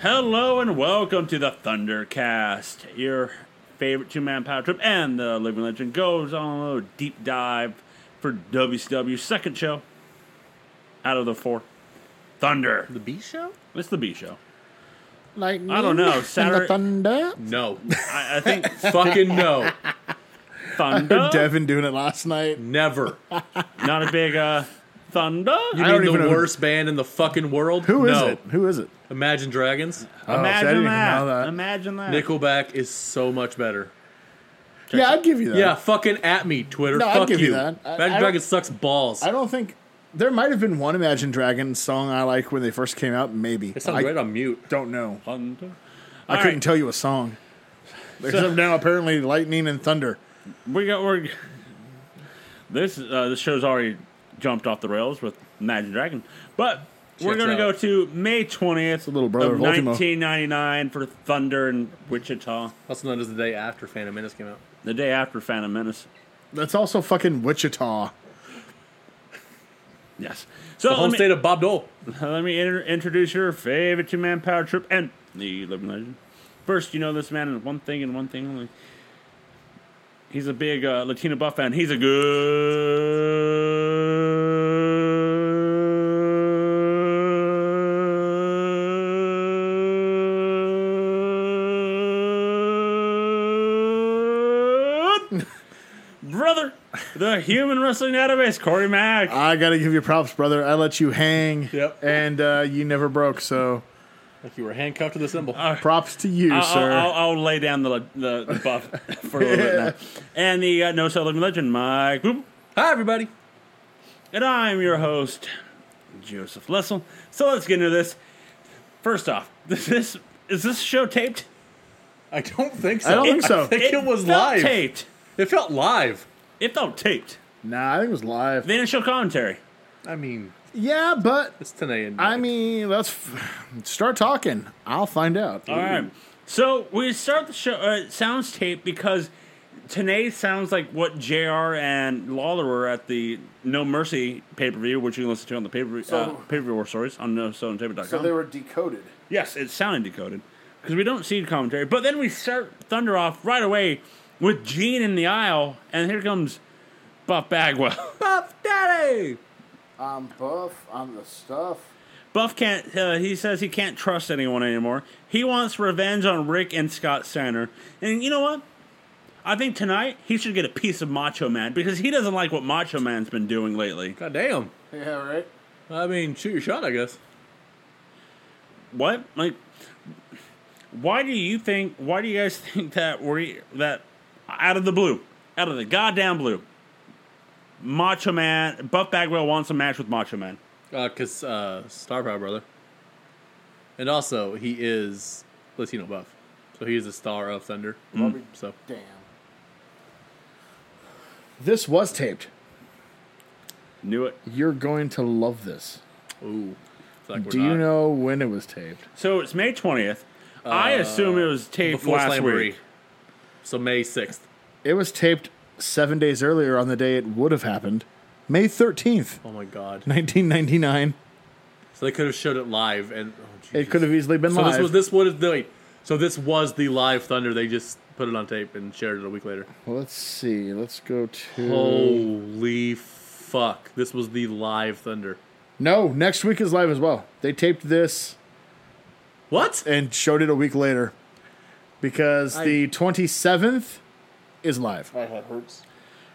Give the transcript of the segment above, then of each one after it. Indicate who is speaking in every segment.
Speaker 1: Hello and welcome to the Thundercast, your favorite two man power trip, and the living legend goes on a little deep dive for WCW's second show out of the four. Thunder.
Speaker 2: The B show?
Speaker 1: It's the B show.
Speaker 3: Like
Speaker 1: I don't know. Saturday.
Speaker 3: thunder.
Speaker 2: No.
Speaker 1: I, I think
Speaker 2: Fucking no.
Speaker 1: Thunder.
Speaker 3: Devin doing it last night.
Speaker 2: Never.
Speaker 1: Not a big uh, Thunder.
Speaker 2: You
Speaker 3: don't
Speaker 2: mean the
Speaker 3: even know-
Speaker 2: worst band in the fucking world?
Speaker 3: Who is
Speaker 2: no.
Speaker 3: it? Who is it?
Speaker 2: Imagine Dragons.
Speaker 3: Oh, see, I
Speaker 1: Imagine
Speaker 3: didn't even
Speaker 1: that.
Speaker 3: know that.
Speaker 1: Imagine that.
Speaker 2: Nickelback is so much better.
Speaker 3: Yeah, I'd give you that.
Speaker 2: Yeah, fucking at me, Twitter.
Speaker 3: No, I'd
Speaker 2: Fuck
Speaker 3: give you
Speaker 2: you.
Speaker 3: that. I- I
Speaker 2: Imagine
Speaker 3: don't-
Speaker 2: Dragons sucks balls.
Speaker 3: I don't think there might have been one Imagine Dragons song I like when they first came out. Maybe
Speaker 2: It sounds
Speaker 3: I
Speaker 2: right on mute.
Speaker 3: don't know.
Speaker 1: Thunder.
Speaker 3: I
Speaker 1: All
Speaker 3: couldn't
Speaker 1: right.
Speaker 3: tell you a song. Except now, apparently, lightning and thunder.
Speaker 1: We got we're this uh, this show's already jumped off the rails with Imagine Dragon, but we're
Speaker 2: Checks
Speaker 1: gonna go
Speaker 2: out.
Speaker 1: to May twentieth,
Speaker 3: little brother
Speaker 1: of
Speaker 3: of Ultimo.
Speaker 1: nineteen ninety nine for Thunder in Wichita,
Speaker 2: Also known as the day after Phantom Menace came out.
Speaker 1: the day after Phantom Menace.
Speaker 3: That's also fucking Wichita.
Speaker 1: Yes, so
Speaker 2: The home
Speaker 1: let me,
Speaker 2: state of Bob Dole.
Speaker 1: Uh, let me inter- introduce your favorite two man power trip and the living legend. First, you know this man is one thing and one thing only. He's a big uh, Latino buff fan. He's a good brother. The human wrestling database, Corey Mack.
Speaker 3: I gotta give you props, brother. I let you hang,
Speaker 2: Yep.
Speaker 3: and uh, you never broke. So
Speaker 2: Like you were handcuffed to the symbol.
Speaker 3: props to you,
Speaker 1: I'll,
Speaker 3: sir.
Speaker 1: I'll, I'll, I'll lay down the, the, the buff for a little bit now. And the uh, No Cell Living Legend, Mike Boop.
Speaker 2: Hi, everybody.
Speaker 1: And I'm your host, Joseph Lessel. So let's get into this. First off, this, this is this show taped?
Speaker 2: I don't think so.
Speaker 3: I don't think so.
Speaker 2: I think it, was
Speaker 1: felt
Speaker 2: live.
Speaker 1: taped.
Speaker 2: It felt live.
Speaker 1: It felt taped.
Speaker 3: nah, I think it was live.
Speaker 1: They didn't show commentary.
Speaker 2: I mean,
Speaker 3: yeah, but
Speaker 2: it's today. And
Speaker 3: I mean, let's f- start talking. I'll find out.
Speaker 1: All right. So we start the show. Uh, it sounds taped because Tanay sounds like what JR and Lawler were at the No Mercy pay per view, which you can listen to on the pay per view uh,
Speaker 3: So-
Speaker 1: pay per view war stories on no so on
Speaker 3: were decoded.
Speaker 1: Yes, it's sounding decoded because we don't see commentary. But then we start Thunder off right away with Gene in the aisle, and here comes Buff Bagwell.
Speaker 2: Buff Daddy.
Speaker 3: I'm buff. I'm the stuff.
Speaker 1: Buff can't. Uh, he says he can't trust anyone anymore. He wants revenge on Rick and Scott Steiner. And you know what? I think tonight he should get a piece of Macho Man because he doesn't like what Macho Man's been doing lately.
Speaker 2: God damn.
Speaker 3: Yeah, right.
Speaker 2: I mean, shoot your shot, I guess.
Speaker 1: What? Like, why do you think? Why do you guys think that we that out of the blue, out of the goddamn blue, Macho Man Buff Bagwell wants a match with Macho Man?
Speaker 2: Because uh, Star Power Brother. And also, he is Latino buff. So he is a star of Thunder. So
Speaker 3: Damn. This was taped.
Speaker 1: Knew it.
Speaker 3: You're going to love this.
Speaker 2: Ooh. It's like we're
Speaker 3: Do
Speaker 2: not.
Speaker 3: you know when it was taped?
Speaker 1: So it's May twentieth. I assume it was taped
Speaker 2: Before
Speaker 1: last
Speaker 2: Slamboree.
Speaker 1: week.
Speaker 2: So May 6th.
Speaker 3: It was taped seven days earlier on the day it would have happened, May 13th,
Speaker 2: Oh my God.
Speaker 3: 1999.
Speaker 2: So they could have showed it live. and oh, Jesus.
Speaker 3: It could have easily been
Speaker 2: So
Speaker 3: live.
Speaker 2: this was this was the wait, so this was the live Thunder. They just put it on tape and shared it a week later.
Speaker 3: Well, let's see. Let's go to.
Speaker 2: Holy fuck! This was the live Thunder.
Speaker 3: No, next week is live as well. They taped this
Speaker 2: What?
Speaker 3: and showed it a week later because the 27th is live.
Speaker 2: My head hurts.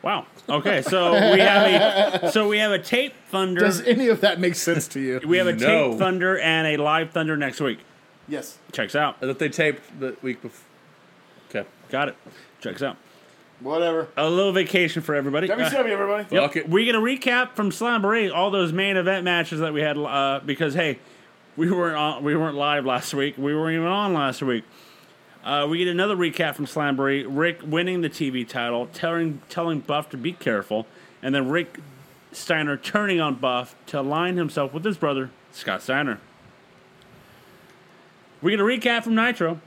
Speaker 1: Wow. Okay, so we have a so we have a tape thunder.
Speaker 3: Does any of that make sense to you?
Speaker 1: we have a
Speaker 2: No.
Speaker 1: tape thunder and a live thunder next week.
Speaker 3: Yes.
Speaker 1: Checks out.
Speaker 2: That they taped the week before. Okay.
Speaker 1: Got it. Checks out.
Speaker 3: Whatever.
Speaker 1: A little vacation for everybody. Uh,
Speaker 3: everybody.
Speaker 1: Yep.
Speaker 2: Fuck it.
Speaker 1: We get a recap from Slamboree, all those main event matches that we had uh, because hey, we weren't on, we weren't live last week. We weren't even on last week. Uh, we get another recap from Slamboree. Rick winning the TV title, telling telling Buff to be careful, and then Rick Steiner turning on Buff to align himself with his brother Scott Steiner. We get a recap from Nitro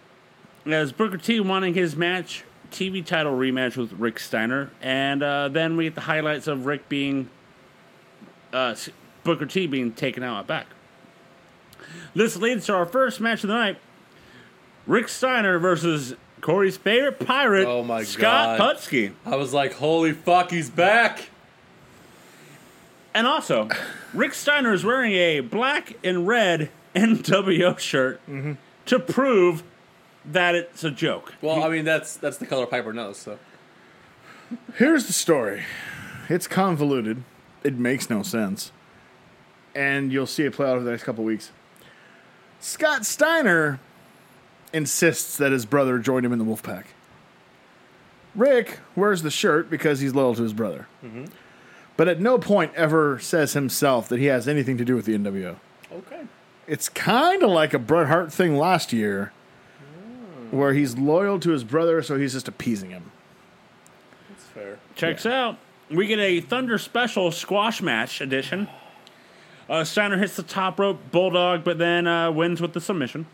Speaker 1: as Booker T wanting his match, TV title rematch with Rick Steiner, and uh, then we get the highlights of Rick being uh, S- Booker T being taken out at back. This leads to our first match of the night: Rick Steiner versus Corey's favorite pirate,
Speaker 2: Oh my
Speaker 1: Scott
Speaker 2: God.
Speaker 1: Putski.
Speaker 2: I was like, holy fuck, he's back.
Speaker 1: And also, Rick Steiner is wearing a black and red NWO shirt
Speaker 2: Mm-hmm.
Speaker 1: to prove that it's a joke.
Speaker 2: Well, I mean, that's that's the color Piper knows. So
Speaker 3: Here's the story. It's convoluted. It makes no sense. And you'll see it play out over the next couple weeks. Scott Steiner insists that his brother joined him in the Wolfpack. Rick wears the shirt because he's loyal to his brother. But at no point ever says himself that he has anything to do with the NWO.
Speaker 2: okay,
Speaker 3: It's kind of like a Bret Hart thing last year, where he's loyal to his brother, so he's just appeasing him.
Speaker 2: that's fair.
Speaker 1: Checks out. We get a Thunder Special squash match edition. Uh, Steiner hits the top rope Bulldog, but then uh, wins with the submission.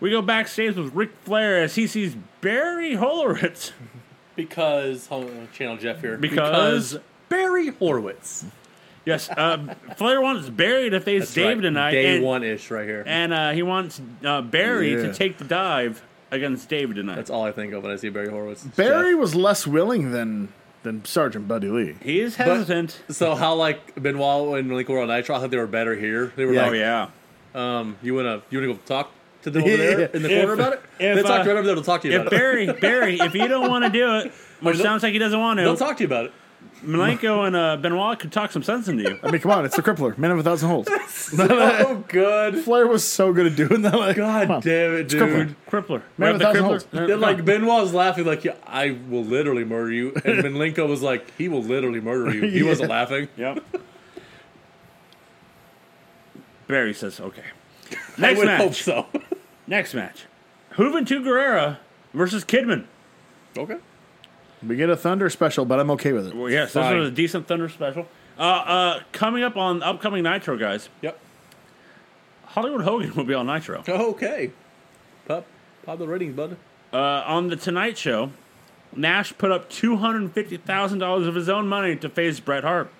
Speaker 1: We go backstage with Ric Flair as he sees Barry Holowitz.
Speaker 2: Because hold on, channel Jeff here.
Speaker 1: Because-
Speaker 2: Barry Horowitz.
Speaker 1: Yes, uh, Flair wants Barry to face Dave
Speaker 2: right.
Speaker 1: tonight.
Speaker 2: Day
Speaker 1: and,
Speaker 2: one ish, right here.
Speaker 1: and uh, he wants uh, Barry
Speaker 3: Yeah.
Speaker 1: to take the dive against Dave tonight.
Speaker 2: that's all I think of when I see Barry Horowitz.
Speaker 3: Barry
Speaker 2: Jeff.
Speaker 3: was less willing than than Sergeant Buddy Lee.
Speaker 1: he is hesitant.
Speaker 2: So how like Benoit and Link were on Nitro? I thought they were better here. They were
Speaker 3: Yeah.
Speaker 1: oh
Speaker 2: like,
Speaker 1: yeah.
Speaker 2: um, you wanna you wanna go talk to them over there in the
Speaker 1: If-
Speaker 2: corner about it?
Speaker 1: if,
Speaker 2: they talked
Speaker 1: uh,
Speaker 2: right over there to talk to you
Speaker 1: If
Speaker 2: about it.
Speaker 1: Barry, Barry, if you don't want to do it, which
Speaker 2: they'll-
Speaker 1: sounds like he doesn't want
Speaker 2: They'll
Speaker 1: to,
Speaker 2: talk to you about it.
Speaker 1: Malenko and uh, Benoit could talk some sense into you.
Speaker 3: I mean, come on, it's the crippler, man of a thousand holes.
Speaker 2: so
Speaker 1: Oh,
Speaker 2: good.
Speaker 3: Flair was so good at doing that. Like,
Speaker 2: God
Speaker 3: come on.
Speaker 2: damn it,
Speaker 3: crippling.
Speaker 2: dude.
Speaker 1: Crippler, Right,
Speaker 3: Man of a
Speaker 1: the
Speaker 3: thousand
Speaker 1: Crippler.
Speaker 3: holes.
Speaker 2: Then like Benoit's laughing like yeah, I will literally murder you, and Menlinko was like he will literally murder you. He wasn't laughing.
Speaker 1: Yep. Barry says, "Okay."
Speaker 2: I
Speaker 1: Next
Speaker 2: would
Speaker 1: match.
Speaker 2: hope so.
Speaker 1: Next match. Juventud Guerrera versus Kidman.
Speaker 2: okay.
Speaker 3: We get a Thunder special, but I'm okay with it.
Speaker 1: Well, yes,
Speaker 2: Fine.
Speaker 1: this was a decent Thunder special. Uh, uh, coming up on upcoming Nitro, guys.
Speaker 2: Yep.
Speaker 1: Hollywood Hogan will be on Nitro.
Speaker 2: Okay. Pop, pop the ratings, bud.
Speaker 1: Uh, on the Tonight Show, Nash put up two hundred fifty thousand dollars of his own money to face Bret Hart.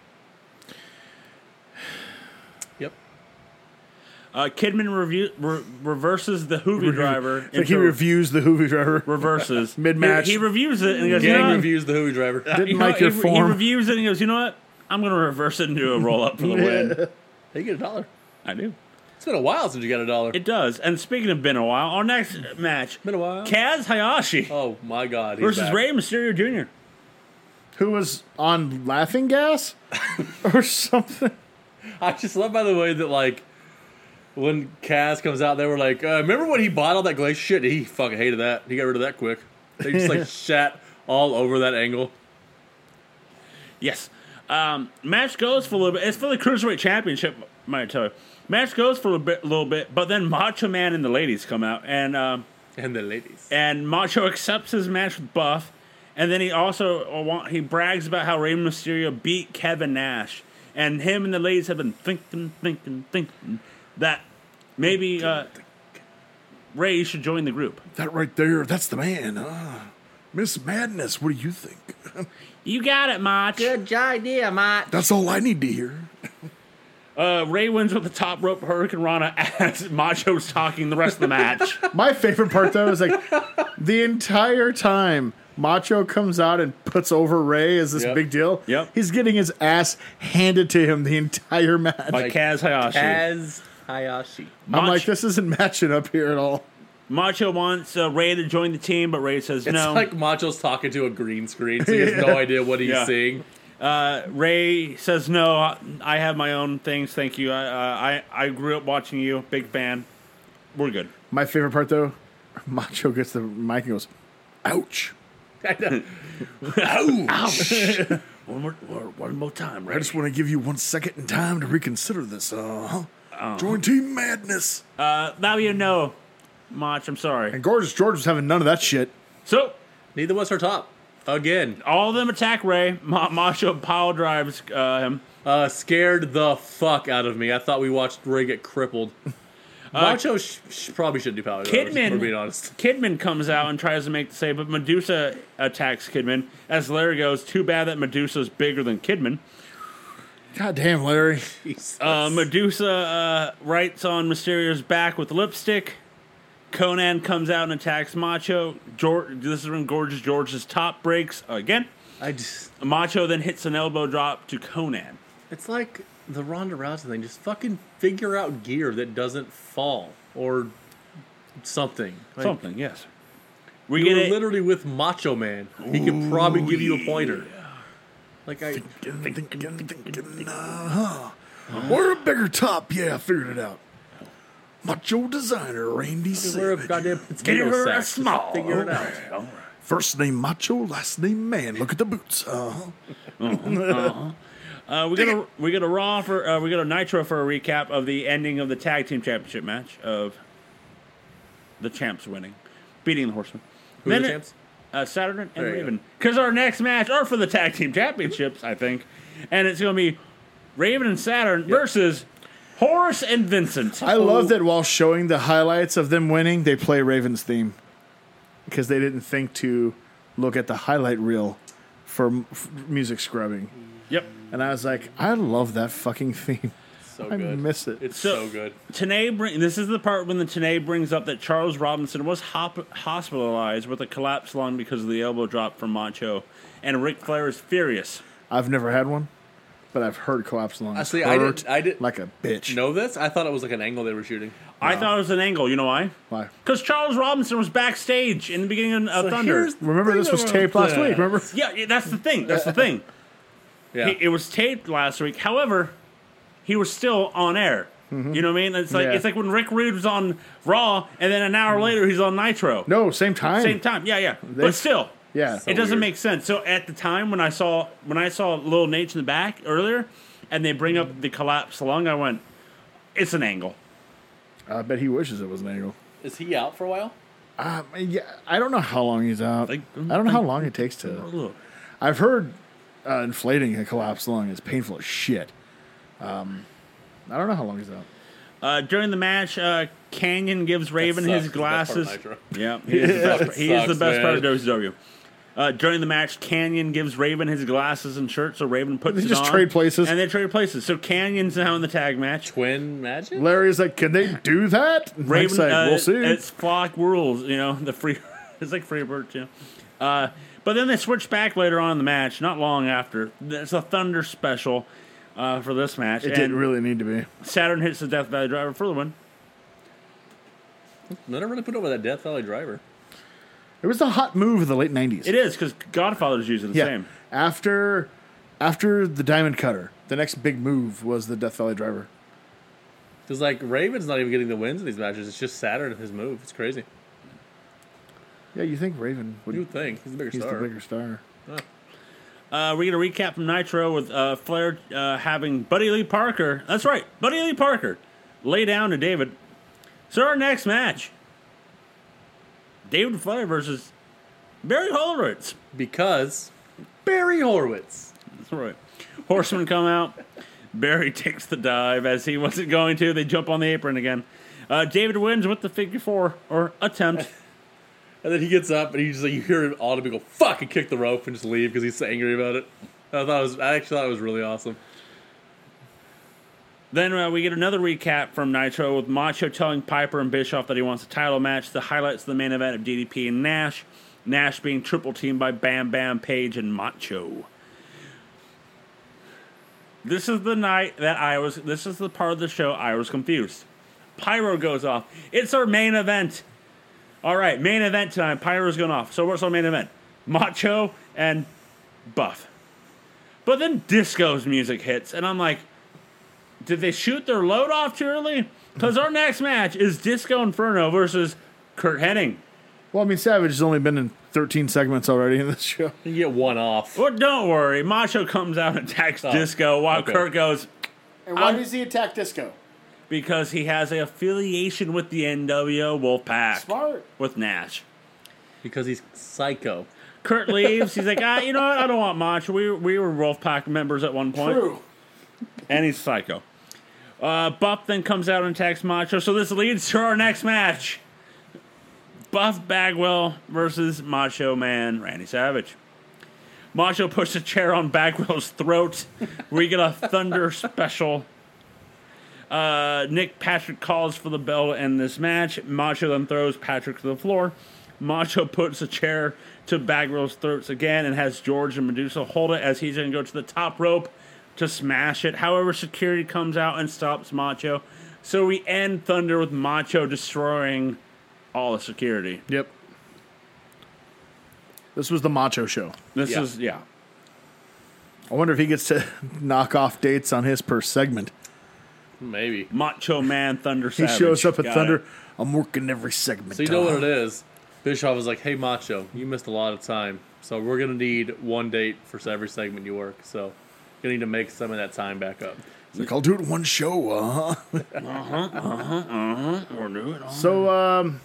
Speaker 2: Yep.
Speaker 1: Uh, Kidman review, re- reverses the Hoovy driver.
Speaker 3: Like he
Speaker 1: into-
Speaker 3: reviews the Hoovy driver.
Speaker 1: reverses
Speaker 3: Mid-match.
Speaker 1: He, he reviews it and he goes, you know,
Speaker 2: Gang
Speaker 1: what?
Speaker 2: reviews the Hooey driver.
Speaker 3: Didn't
Speaker 1: You know,
Speaker 3: like your
Speaker 1: he, he
Speaker 3: form.
Speaker 1: reviews it and he goes, you know what? I'm gonna reverse it into a roll up for the win.
Speaker 2: Hey, you get a dollar.
Speaker 1: I do.
Speaker 2: It's been a while since you got a dollar. It's
Speaker 1: It does. And speaking of been a while, our next match,
Speaker 2: been a while.
Speaker 1: Kaz Hayashi
Speaker 2: oh my God. He's
Speaker 1: versus
Speaker 2: back.
Speaker 1: Rey Mysterio Jr.
Speaker 3: Who was on laughing gas or something?
Speaker 2: I just love, by the way, that like when Kaz comes out, they were like, uh, "Remember when he bought all that glaze shit? He fucking hated that. He got rid of that quick. They just like shat all over that angle."
Speaker 1: Yes. Um, match goes for a little bit. It's for the Cruiserweight Championship, might I tell you. Match goes for a bit, little bit, but then Macho Man and the ladies come out, and um,
Speaker 2: And the ladies.
Speaker 1: and Macho accepts his match with Buff, and then he also uh, wa- he brags about how Rey Mysterio beat Kevin Nash, and him and the ladies have been thinking, thinking, thinking that maybe uh, Ray should join the group.
Speaker 3: That right there, that's the man. Ah, Miss Madness, what do you think?
Speaker 1: You got it, Mach.
Speaker 3: That's all I need to hear.
Speaker 1: Uh, Ray wins with the top rope Hurricane Rana as Macho's talking the rest of the match.
Speaker 3: My favorite part though is like the entire time Macho comes out and puts over Ray as this
Speaker 2: Yep.
Speaker 3: big deal.
Speaker 1: Yep.
Speaker 3: He's getting his ass handed to him the entire match.
Speaker 1: By Kaz Hayashi.
Speaker 2: Kaz Hayashi.
Speaker 3: I'm like,
Speaker 1: Macho-
Speaker 3: this isn't matching up here at all.
Speaker 1: Macho wants uh, Ray to join the team, but Ray says
Speaker 2: It's
Speaker 1: no.
Speaker 2: like Macho's talking to a green screen, so he has no idea what he's
Speaker 1: Yeah.
Speaker 2: seeing.
Speaker 1: uh, Ray says no. I- I have my own things. Thank you. I, uh, I I grew up watching you. Big fan. We're good.
Speaker 3: My favorite part though, Macho gets the mic and goes, "Ouch!
Speaker 2: I know.
Speaker 1: Ouch! one, more, one- one more time, Ray.
Speaker 3: want to give you one second in time to reconsider this. Uh
Speaker 2: Uh-huh.
Speaker 3: huh. Join Team Madness."
Speaker 1: Uh, now you know, Mach. I'm sorry.
Speaker 3: And Gorgeous George was having none of that shit.
Speaker 1: So
Speaker 2: Neither was her top. Again,
Speaker 1: all of them attack Ray. Ma- Macho power drives uh, him.
Speaker 2: uh, scared the fuck out of me. I thought we watched Ray get crippled. Macho sh- sh- probably shouldn't do power drivers,
Speaker 1: Uh, Kidman-
Speaker 2: if we're being honest.
Speaker 1: Kidman comes out and tries to make the save, but Medusa attacks Kidman. As Larry goes, too bad that Medusa's bigger than Kidman.
Speaker 3: God damn, Larry.
Speaker 2: Jesus.
Speaker 1: Uh, Medusa uh, writes on Mysterio's back with lipstick. Conan comes out and attacks Macho. George, this is when Gorgeous George's top breaks again.
Speaker 2: I just,
Speaker 1: Macho then hits an elbow drop to Conan.
Speaker 2: it's like the Ronda Rousey thing. Just fucking figure out gear that doesn't fall or something. Like,
Speaker 1: Something, yes. We
Speaker 2: You
Speaker 1: get
Speaker 2: were
Speaker 1: it.
Speaker 2: literally with Macho Man. He could probably give you a pointer. Like I,
Speaker 3: Uh-huh. Wear a bigger top. Yeah, I figured it out. Macho designer Randy
Speaker 2: we're a
Speaker 3: Savage.
Speaker 2: goddamn potato
Speaker 1: her a
Speaker 2: sack. Just
Speaker 1: small.
Speaker 2: Figure it out.
Speaker 3: First name Macho, last name Man. Look at the boots. Uh-huh.
Speaker 1: Uh, we got a we got a raw for uh, we got a nitro for a recap of the ending of the tag team championship match of the champs winning, beating the Horsemen.
Speaker 2: Who are
Speaker 1: Then
Speaker 2: the
Speaker 1: it-
Speaker 2: champs?
Speaker 1: Uh, Saturn and
Speaker 2: There you
Speaker 1: Raven because our next match are for the tag team championships, I think, and it's gonna be Raven and Saturn versus Horace and Vincent.
Speaker 3: I love that while showing the highlights of them winning, they play Ravens theme because they didn't think to look at the highlight reel for m- f- music scrubbing.
Speaker 1: Yep.
Speaker 3: And I was like, I love that fucking theme.
Speaker 2: So
Speaker 3: I
Speaker 2: good.
Speaker 3: miss it.
Speaker 2: It's
Speaker 1: So-
Speaker 2: so, good.
Speaker 1: Tanay bring this is the part when the Tanay brings up that Charles Robinson was hop- hospitalized with a collapsed lung because of the elbow drop from Macho, and Ric Flair is furious.
Speaker 3: I've never had one, but I've heard collapse lungs.
Speaker 2: Actually, I
Speaker 3: hurt
Speaker 2: didn't. uh, I didn't
Speaker 3: like a bitch.
Speaker 2: know this. I thought it was like an angle they were shooting.
Speaker 1: I thought it was an angle. You know why?
Speaker 3: Why?
Speaker 1: Because Charles Robinson was backstage in the beginning of
Speaker 2: So
Speaker 1: Thunder.
Speaker 2: here's the
Speaker 3: Remember,
Speaker 2: thing
Speaker 3: this was
Speaker 2: about
Speaker 3: taped last
Speaker 2: that.
Speaker 3: week. Remember?
Speaker 1: Yeah, yeah, that's the thing. That's the thing.
Speaker 2: Yeah.
Speaker 1: It- It was taped last week. However, he was still on air. You know what I mean? It's like
Speaker 3: Yeah.
Speaker 1: it's like when Rick Rude was on Raw, and then an hour later he's on Nitro.
Speaker 3: No, same time.
Speaker 1: Same time. Yeah, yeah. but still,
Speaker 3: Yeah.
Speaker 1: it doesn't
Speaker 2: weird.
Speaker 1: make sense. So at the time when I saw when I saw Little Nate in the back earlier, and they bring up the collapsed lung, I went, "It's an angle."
Speaker 3: I bet he wishes it was an angle.
Speaker 2: Is he out for a while?
Speaker 3: Um, yeah, I don't know how long he's out.
Speaker 1: Like-
Speaker 3: I don't know how long it takes to.
Speaker 1: Look.
Speaker 3: I've heard uh, inflating a collapsed lung is painful as shit. Um, I don't know how long he's out.
Speaker 1: Uh, during the match, uh, Canyon gives Raven
Speaker 2: sucks.
Speaker 1: his
Speaker 2: It's the best part of
Speaker 1: glasses.
Speaker 2: Nitro.
Speaker 1: Yeah, he is the best, he is the
Speaker 2: Sucks,
Speaker 1: best part of
Speaker 2: man.
Speaker 1: WCW. Uh, during the match, Canyon gives Raven his glasses and shirt, so Raven puts
Speaker 3: They
Speaker 1: it
Speaker 3: just
Speaker 1: on,
Speaker 3: trade places.
Speaker 1: and they trade places. So Canyon's now in the tag match.
Speaker 2: Twin Magic.
Speaker 3: Larry's like, can they do that? And
Speaker 1: Raven,
Speaker 3: Mike's like,
Speaker 1: uh,
Speaker 3: we'll see.
Speaker 1: It's flock rules, you know. The free, it's like free bird, yeah. Uh, but then they switch back later on in the match, not long after. It's a Thunder special uh, for this match.
Speaker 3: it
Speaker 1: and
Speaker 3: didn't really need to be.
Speaker 1: Saturn hits the Death Valley Driver for the win.
Speaker 2: No, they really put over that Death Valley driver.
Speaker 3: It was a hot move of the late nineties.
Speaker 1: It is because Godfather's using the
Speaker 3: yeah.
Speaker 1: same.
Speaker 3: After, after the Diamond Cutter, the next big move was the Death Valley Driver.
Speaker 2: Because like Raven's not even getting the wins in these matches. It's just Saturn and his move. It's crazy.
Speaker 3: Yeah, you think Raven would?
Speaker 2: You would think he's a bigger
Speaker 3: he's
Speaker 2: star.
Speaker 3: the bigger star.
Speaker 1: Uh, we're going to recap from Nitro with uh, Flair uh, having Buddy Lee Parker. That's right, Buddy Lee Parker. Lay down to David. So our next match David Flair versus Barry Horowitz.
Speaker 2: Because Barry Horowitz.
Speaker 1: That's right. Horsemen come out. Barry takes the dive as he wasn't going to. They jump on the apron again. Uh, David wins with the figure four or attempt.
Speaker 2: And then he gets up and he just like you hear him audibly go fuck and kick the rope and just leave because he's so angry about it. I thought it was I actually thought it was really awesome.
Speaker 1: Then uh, we get another recap from Nitro with Macho telling Piper and Bischoff that he wants a title match. The highlights of the main event of DDP and Nash. Nash being triple teamed by Bam Bam Page and Macho. This is the night that I was. This is the part of the show I was confused. Pyro goes off. It's our main event. All right, main event time. Pyro's going off. So what's our main event? Macho and Buff. But then Disco's music hits, and I'm like, did they shoot their load off too early? Because our next match is Disco Inferno versus Kurt Hennig.
Speaker 3: Well, I mean, Savage has only been in thirteen segments already in this show.
Speaker 2: You get one off.
Speaker 1: Well, don't worry. Macho comes out and attacks
Speaker 2: Oh,
Speaker 1: Disco while
Speaker 2: okay.
Speaker 1: Kurt goes
Speaker 3: And
Speaker 1: why does
Speaker 3: he attack Disco?
Speaker 1: because he has an affiliation with the NWO Wolfpack with Nash.
Speaker 2: Because he's psycho.
Speaker 1: Kurt leaves. He's like, ah, you know what? I don't want Macho. We, we were Wolfpack members at one point. And he's psycho. Uh, Buff then comes out and attacks Macho. So this leads to our next match Buff Bagwell versus Macho Man Randy Savage. Macho puts a chair on Bagwell's throat. We get a thunder special. Uh, Nick Patrick calls for the bell to end this match. Macho then throws Patrick to the floor. Macho puts a chair to Bagwell's throats again and has George and Medusa hold it as he's going to go to the top rope to smash it. However, security comes out and stops Macho. So we end Thunder with Macho destroying all the security.
Speaker 3: Yep. This was the Macho Show.
Speaker 1: This
Speaker 2: Yeah.
Speaker 1: is, yeah.
Speaker 3: I wonder if he gets to knock off dates on his per segment.
Speaker 2: Maybe.
Speaker 1: Macho Man Thunder
Speaker 3: He
Speaker 1: Savage.
Speaker 3: shows up at
Speaker 1: Got
Speaker 3: Thunder.
Speaker 1: it.
Speaker 3: I'm working every segment.
Speaker 2: So you know what
Speaker 3: dog."
Speaker 2: it is. Bischoff was like, "Hey Macho, you missed a lot of time, so we're gonna need one date for every segment you work. So you need to make some of that time back up."
Speaker 3: It's like I'll do it in one show. Uh-huh.
Speaker 1: Or do it all.
Speaker 3: So, um,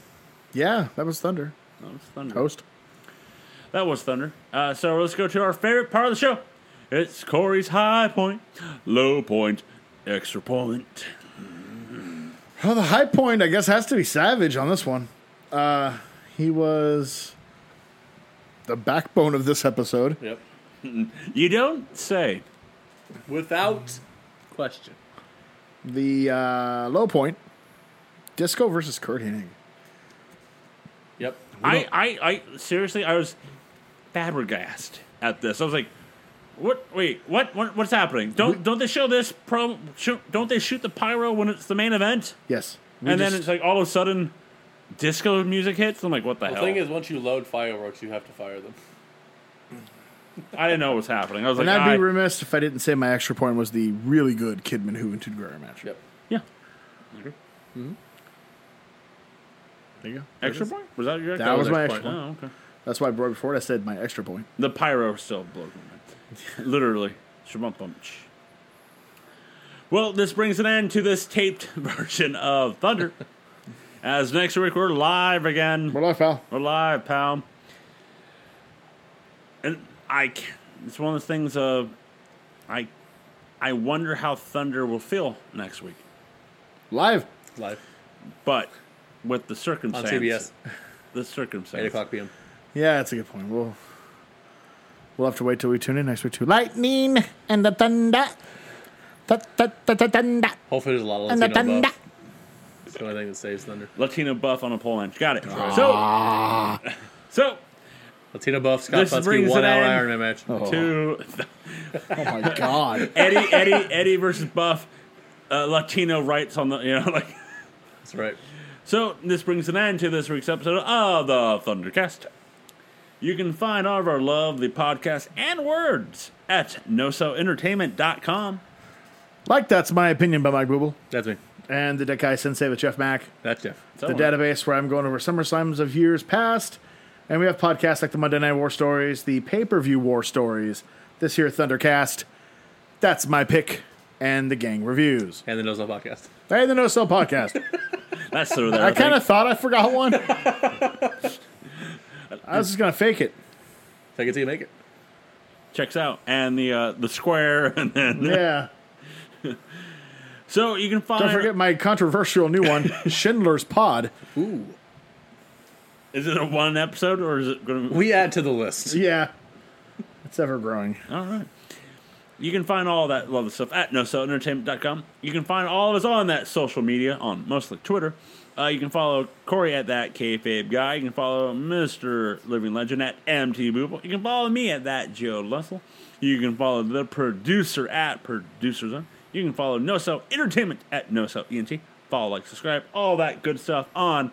Speaker 3: yeah, that was Thunder.
Speaker 1: That was Thunder.
Speaker 3: Host.
Speaker 1: That was Thunder. Uh, so let's go to our favorite part of the show. It's Corey's high point, low point, extra point.
Speaker 3: Oh, the high point, I guess, has to be Savage on this one. Uh, he was the backbone of this episode.
Speaker 2: Yep.
Speaker 1: You don't say.
Speaker 2: Without question.
Speaker 3: The uh, low point, Disco versus Kurt Hennig.
Speaker 2: Yep.
Speaker 1: I, I, I seriously, I was flabbergasted at this. I was like, "What? Wait, what? what what's happening? Don't don't they show this pro? Shoot, don't they shoot the pyro when it's the main event?
Speaker 3: Yes. We
Speaker 1: And
Speaker 3: just-
Speaker 1: then it's like all of a sudden, disco music hits. I'm like, what the
Speaker 2: The
Speaker 1: hell?
Speaker 2: thing is, once you load fireworks, you have to fire them.
Speaker 1: I didn't know what was happening. I was
Speaker 3: and
Speaker 1: like,
Speaker 3: I'd
Speaker 1: I,
Speaker 3: be remiss if I didn't say my extra point was the really good Kidman Juventud Guerrero match.
Speaker 2: Yep.
Speaker 1: yeah,
Speaker 3: There you go.
Speaker 1: extra point. Was that your?
Speaker 3: That was my extra
Speaker 1: Oh, okay.
Speaker 3: That's why bro, before it, I said my extra point.
Speaker 1: The pyro still blows my mind. Literally. Shmumpumch. Well, this brings an end to this taped version of Thunder. As next week, we're live again.
Speaker 3: What up, pal?
Speaker 1: We're live, pal. And I, c- it's one of those things of, I, I wonder how Thunder will feel next week.
Speaker 3: Live.
Speaker 2: Live
Speaker 1: But with the
Speaker 2: on
Speaker 1: circumstance,
Speaker 2: CBS,
Speaker 1: the
Speaker 2: eight
Speaker 1: circumstance,
Speaker 2: o'clock p.m.
Speaker 3: Yeah, that's a good point. We'll we'll have to wait till we tune in next week too. Lightning and the thunder. Th- th- th- th- thunder.
Speaker 2: Hopefully, there's a lot of
Speaker 3: And the
Speaker 2: Latino
Speaker 3: thunder.
Speaker 2: buff. It's the only thing that saves Thunder.
Speaker 1: Latino buff on a pole inch. Got it. So,
Speaker 2: Ah.
Speaker 1: so
Speaker 2: Latino buff. Scott
Speaker 1: This
Speaker 2: Futsky,
Speaker 1: brings
Speaker 2: one
Speaker 1: it
Speaker 2: hour
Speaker 1: in.
Speaker 2: Iron Man match. Oh.
Speaker 1: to
Speaker 3: Oh my god.
Speaker 1: Eddie, Eddie, Eddie versus Buff, uh, Latino rights on the, you know, like.
Speaker 2: That's right.
Speaker 1: So this brings an end to this week's episode of the Thundercast. You can find all of our love, the podcast, and words at nosoentertainment.com.
Speaker 3: like that's my opinion by Mike Booble.
Speaker 2: That's me.
Speaker 3: And the Dekai Sensei with Jeff Mack.
Speaker 2: That's Jeff.
Speaker 1: So,
Speaker 3: the database where I'm going over summer slams of years past. And we have podcasts like the Monday Night War Stories, the pay per view War Stories, this here Thundercast. That's my pick. And the gang reviews.
Speaker 2: And the Nose Off Podcast.
Speaker 3: Hey, the No Sell Podcast.
Speaker 1: That's sort of there.
Speaker 3: I kind
Speaker 1: think.
Speaker 3: of thought I forgot one. I was just going to fake it.
Speaker 2: Take it till you make it.
Speaker 1: checks out, and the uh, the square, and then
Speaker 3: Yeah.
Speaker 1: so you can find.
Speaker 3: Don't forget my controversial new one, Schindler's Pod.
Speaker 2: Ooh.
Speaker 1: Is it a one episode or is it going to?
Speaker 2: We add to the list.
Speaker 3: Yeah. It's ever growing.
Speaker 1: All right. You can find all that love stuff at nosoentertainment.com. You can find all of us on that social media, on mostly Twitter. Uh, you can follow Corey at that kayfabe guy. You can follow Mr. Living Legend at MT Booble. You can follow me at that Joe Lussell. You can follow the producer at Producer Zone. You can follow NoSo Entertainment at NoSo ENT. Follow, like, subscribe, all that good stuff on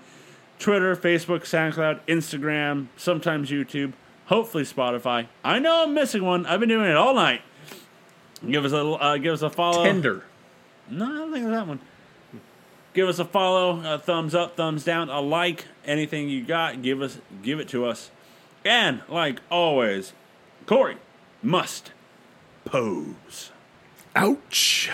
Speaker 1: Twitter, Facebook, SoundCloud, Instagram, sometimes YouTube, hopefully Spotify. I know I'm missing one. I've been doing it all night. Give us a uh, give us a follow.
Speaker 2: Tender.
Speaker 1: No, I don't think of that one. Give us a follow, a thumbs up, thumbs down, a like, anything you got, give us give it to us. And like always, Corey must pose.
Speaker 3: Ouch.